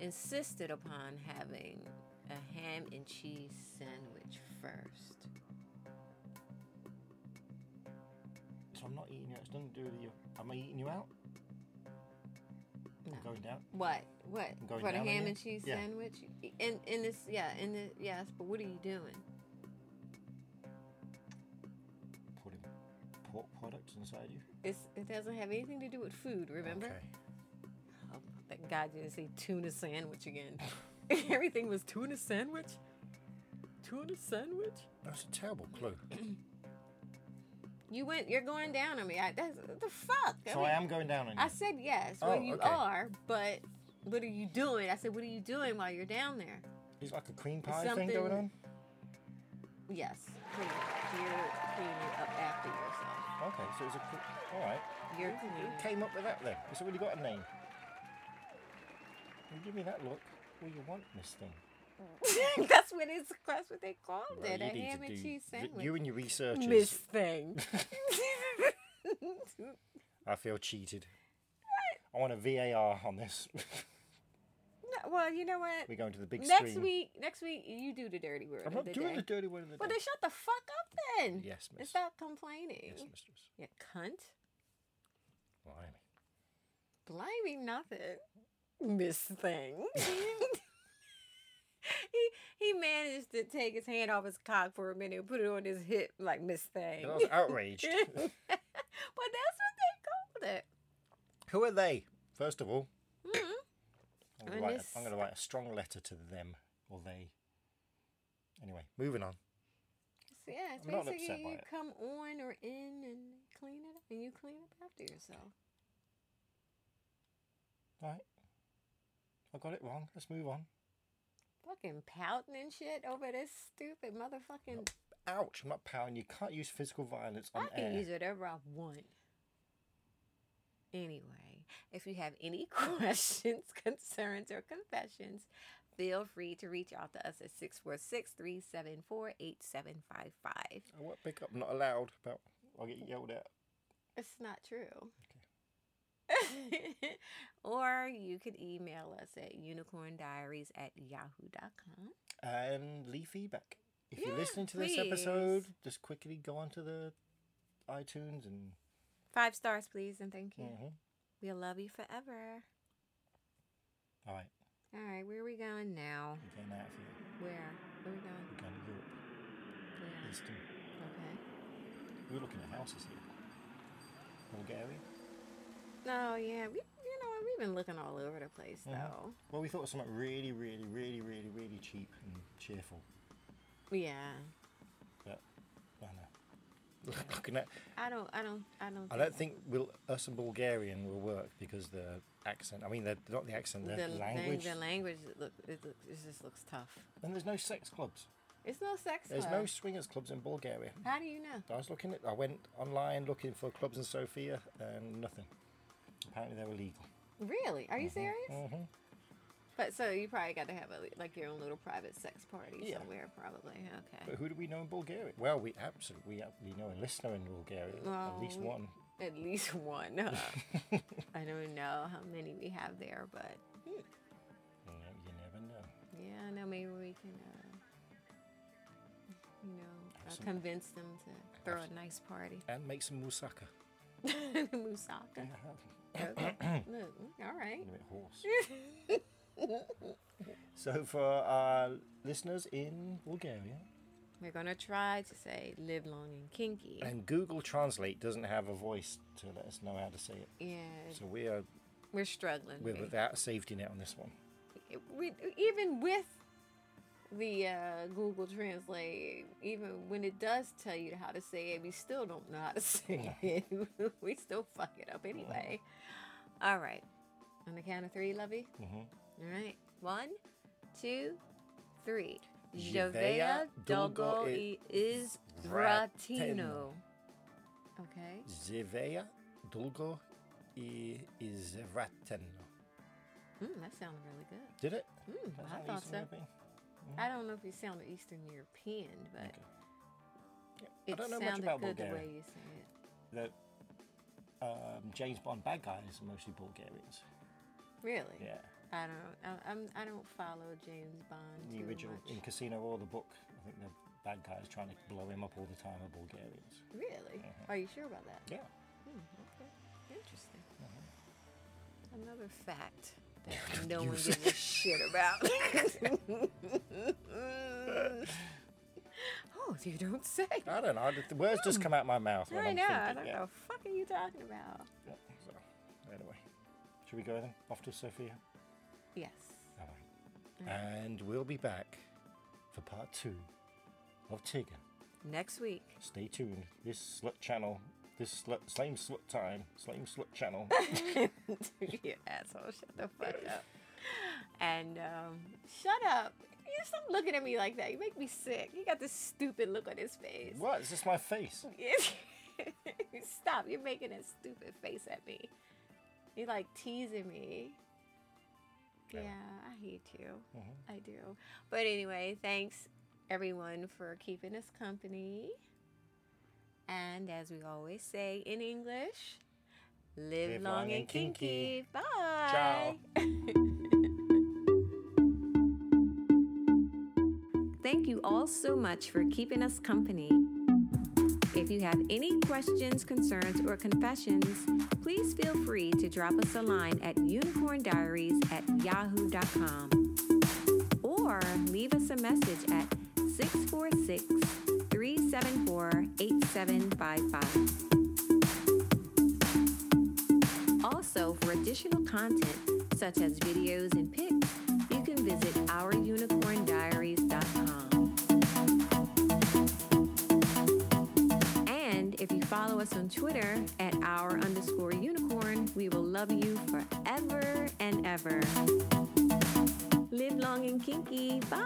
Speaker 1: insisted upon having a ham and cheese sandwich first.
Speaker 2: So I'm not eating you. out. It's nothing to do with you. Am I eating you out?
Speaker 1: No.
Speaker 2: I'm going down.
Speaker 1: What? What?
Speaker 2: I'm going
Speaker 1: For the
Speaker 2: down on
Speaker 1: ham
Speaker 2: you?
Speaker 1: and cheese
Speaker 2: Yeah.
Speaker 1: sandwich? In in this yeah, in the yes, but what are you doing?
Speaker 2: Putting pork products inside you.
Speaker 1: It's, it doesn't have anything to do with food, remember?
Speaker 2: Okay.
Speaker 1: Oh, thank God you didn't say tuna sandwich again. Everything was tuna sandwich? Tuna sandwich?
Speaker 2: That's a terrible clue.
Speaker 1: You went you're going down on me. I that's what the fuck.
Speaker 2: so
Speaker 1: mean,
Speaker 2: I am going down on you.
Speaker 1: I said yes. Well
Speaker 2: Oh,
Speaker 1: you
Speaker 2: okay.
Speaker 1: are, but what are you doing? I said, What are you doing while you're down there?
Speaker 2: It's like a cream pie thing
Speaker 1: something-
Speaker 2: going on.
Speaker 1: Yes. Clean it. You're cleaning up after yourself.
Speaker 2: Okay, so it's a. cr- All right.
Speaker 1: You're
Speaker 2: Who
Speaker 1: cleaning
Speaker 2: came up with that then? It's already got a name. You give me that look. What do you want, Miss Thing?
Speaker 1: that's what it's that's what they called
Speaker 2: Well,
Speaker 1: it.
Speaker 2: you
Speaker 1: A
Speaker 2: need to
Speaker 1: ham and
Speaker 2: do-
Speaker 1: cheese
Speaker 2: th-
Speaker 1: sandwich.
Speaker 2: You and your researchers.
Speaker 1: Miss Thing.
Speaker 2: I feel cheated. I want a VAR on this.
Speaker 1: No, well, you know what?
Speaker 2: We're going to the big
Speaker 1: Next
Speaker 2: screen.
Speaker 1: week, next week you do the dirty word.
Speaker 2: I'm
Speaker 1: of
Speaker 2: not
Speaker 1: the
Speaker 2: doing
Speaker 1: day.
Speaker 2: the dirty word of the
Speaker 1: Well,
Speaker 2: day.
Speaker 1: then shut the fuck up then.
Speaker 2: Yes,
Speaker 1: And
Speaker 2: miss.
Speaker 1: stop complaining.
Speaker 2: Yes, mistress.
Speaker 1: You cunt.
Speaker 2: Blimey.
Speaker 1: Blimey, nothing. Miss Thing. he he managed to take his hand off his cock for a minute and put it on his hip like Miss Thing.
Speaker 2: And I was outraged.
Speaker 1: well, that's what they called it.
Speaker 2: Who are they? First of all, I'm
Speaker 1: And
Speaker 2: gonna write
Speaker 1: this-
Speaker 2: a, I'm going to write a strong letter to them or they. Anyway, moving on.
Speaker 1: So, yeah, it's
Speaker 2: I'm not upset
Speaker 1: basically
Speaker 2: by
Speaker 1: you
Speaker 2: it.
Speaker 1: come on or in and clean it up, and you clean up after yourself.
Speaker 2: Right. I got it wrong. Let's move on.
Speaker 1: Fucking pouting and shit over this stupid motherfucking.
Speaker 2: Ouch! I'm not powering. You can't use physical violence on
Speaker 1: I can
Speaker 2: air.
Speaker 1: use whatever I want. Anyway, if you have any questions, concerns, or confessions, feel free to reach out to us at 646 374 8755.
Speaker 2: I won't pick up. I'm not allowed. But I'll get yelled at.
Speaker 1: It's not true. or you could email us at unicorndiaries at yahoo.com.
Speaker 2: And leave feedback. If
Speaker 1: Yeah,
Speaker 2: you're listening to this episode,
Speaker 1: please.
Speaker 2: just quickly go onto the iTunes and
Speaker 1: Five stars, please, and thank you.
Speaker 2: Mhm.
Speaker 1: We love you forever.
Speaker 2: all right,
Speaker 1: All right, where are we going now?
Speaker 2: we're getting out of here.
Speaker 1: Where? Where are we
Speaker 2: We're
Speaker 1: going?
Speaker 2: going to Europe.
Speaker 1: Where?
Speaker 2: Eastern.
Speaker 1: Okay.
Speaker 2: We're looking at houses here. Bulgaria.
Speaker 1: No, yeah, we, you know what? We've been looking all over the place,
Speaker 2: Mm-hmm.
Speaker 1: though.
Speaker 2: Well, we thought of something really, really, really, really, really cheap and cheerful.
Speaker 1: Yeah.
Speaker 2: But I know. Looking at,
Speaker 1: I don't, I don't, I don't.
Speaker 2: I
Speaker 1: think-
Speaker 2: don't think we'll, us and Bulgarian will work because the accent. I mean, they're not the accent, the,
Speaker 1: thing-
Speaker 2: language.
Speaker 1: the language it look, it, look, it just looks tough.
Speaker 2: and there's no sex clubs.
Speaker 1: It's no sex.
Speaker 2: There's no
Speaker 1: club.
Speaker 2: swingers clubs in Bulgaria.
Speaker 1: How do you know?
Speaker 2: I was looking at. I went online looking for clubs in Sofia and nothing. Apparently they're illegal.
Speaker 1: Really? Are you serious?
Speaker 2: Mhm.
Speaker 1: But so you probably got to have a, like your own little private sex party
Speaker 2: Yeah.
Speaker 1: somewhere, probably. Okay.
Speaker 2: But who do we know in Bulgaria? Well, we absolutely we, have- we know a listener in Bulgaria,
Speaker 1: Well,
Speaker 2: at least
Speaker 1: we-
Speaker 2: one.
Speaker 1: At least one. huh? I don't know how many we have there, but
Speaker 2: You, know, you never know.
Speaker 1: yeah, I know maybe we can, uh, you know, uh,
Speaker 2: some-
Speaker 1: convince them to throw a nice party.
Speaker 2: And make some moussaka.
Speaker 1: Musaka. Okay. Look, all right.
Speaker 2: I'm a bit hoarse. so for our listeners in Bulgaria,
Speaker 1: We're gonna try to say live long and kinky.
Speaker 2: and Google Translate doesn't have a voice to let us know how to say it,
Speaker 1: Yeah,
Speaker 2: so we are
Speaker 1: we're struggling.
Speaker 2: we're
Speaker 1: here.
Speaker 2: without a safety net on this one.
Speaker 1: it- we, even with the uh, Google Translate, even when it does tell you how to say it, we still don't know how to say it. we still fuck it
Speaker 2: Uh-huh.
Speaker 1: up anyway. All right. On the count of three, lovey.
Speaker 2: Mhm.
Speaker 1: All right. One, two, three.
Speaker 2: Jevea
Speaker 1: Jevea Dogo
Speaker 2: Dogo
Speaker 1: i
Speaker 2: i-
Speaker 1: Izratino. Okay.
Speaker 2: Zveja długo i izratenno.
Speaker 1: Mm, that sounded really good.
Speaker 2: Did it?
Speaker 1: Mm,
Speaker 2: That's
Speaker 1: I
Speaker 2: how
Speaker 1: thought
Speaker 2: Eastern
Speaker 1: so.
Speaker 2: European-
Speaker 1: I don't know if you sound Eastern European, but
Speaker 2: Okay. Yeah.
Speaker 1: it
Speaker 2: I don't know
Speaker 1: sounded
Speaker 2: much about
Speaker 1: good the way
Speaker 2: Bulgaria.
Speaker 1: you said it.
Speaker 2: The um, James Bond bad guys are mostly Bulgarians.
Speaker 1: Really?
Speaker 2: Yeah.
Speaker 1: I don't. I, I'm. I don't follow James Bond.
Speaker 2: The
Speaker 1: too
Speaker 2: original
Speaker 1: much.
Speaker 2: in Casino or the book. I think the bad guys trying to blow him up all the time are Bulgarians.
Speaker 1: Really?
Speaker 2: Mhm.
Speaker 1: Are you sure about that?
Speaker 2: Yeah.
Speaker 1: Hmm, okay. Interesting. Another fact that no one
Speaker 2: Uh-huh. use
Speaker 1: gives a shit about. oh, you don't say.
Speaker 2: I don't know. The words just come out my mouth. when
Speaker 1: I
Speaker 2: I'm
Speaker 1: know. I
Speaker 2: thinking,
Speaker 1: don't
Speaker 2: yeah.
Speaker 1: know. Fuck are you talking about?
Speaker 2: Yeah, so, anyway, should we go then? Off to Sophia?
Speaker 1: Yes.
Speaker 2: All right. And we'll be back for part two of Tigger.
Speaker 1: Next week.
Speaker 2: Stay tuned. This slut channel, this slut, same slut time, same slut channel.
Speaker 1: you asshole. Shut the fuck up. And um, shut up. You stop looking at me like that. You make me sick. You got this stupid look on his face.
Speaker 2: what? Is this my face?
Speaker 1: Stop. You're making a stupid face at me. You're like teasing me. Yeah, Mm-hmm.
Speaker 2: Yeah.
Speaker 1: I hate you. I do. But anyway, thanks everyone for keeping us company. And as we always say in English, live, long, and, kinky. Bye.
Speaker 2: Ciao.
Speaker 1: Thank you all so much for keeping us company. If you have any questions, concerns, or confessions, please feel free to drop us a line at unicorndiaries at yahoo.com or leave us a message at 646 374 8755. Also, for additional content, such as videos and pics, you can visit ourunicorndiaries.com. And if you follow us on Twitter at our underscore unicorn, we will love you forever and ever. Live long and kinky. Bye.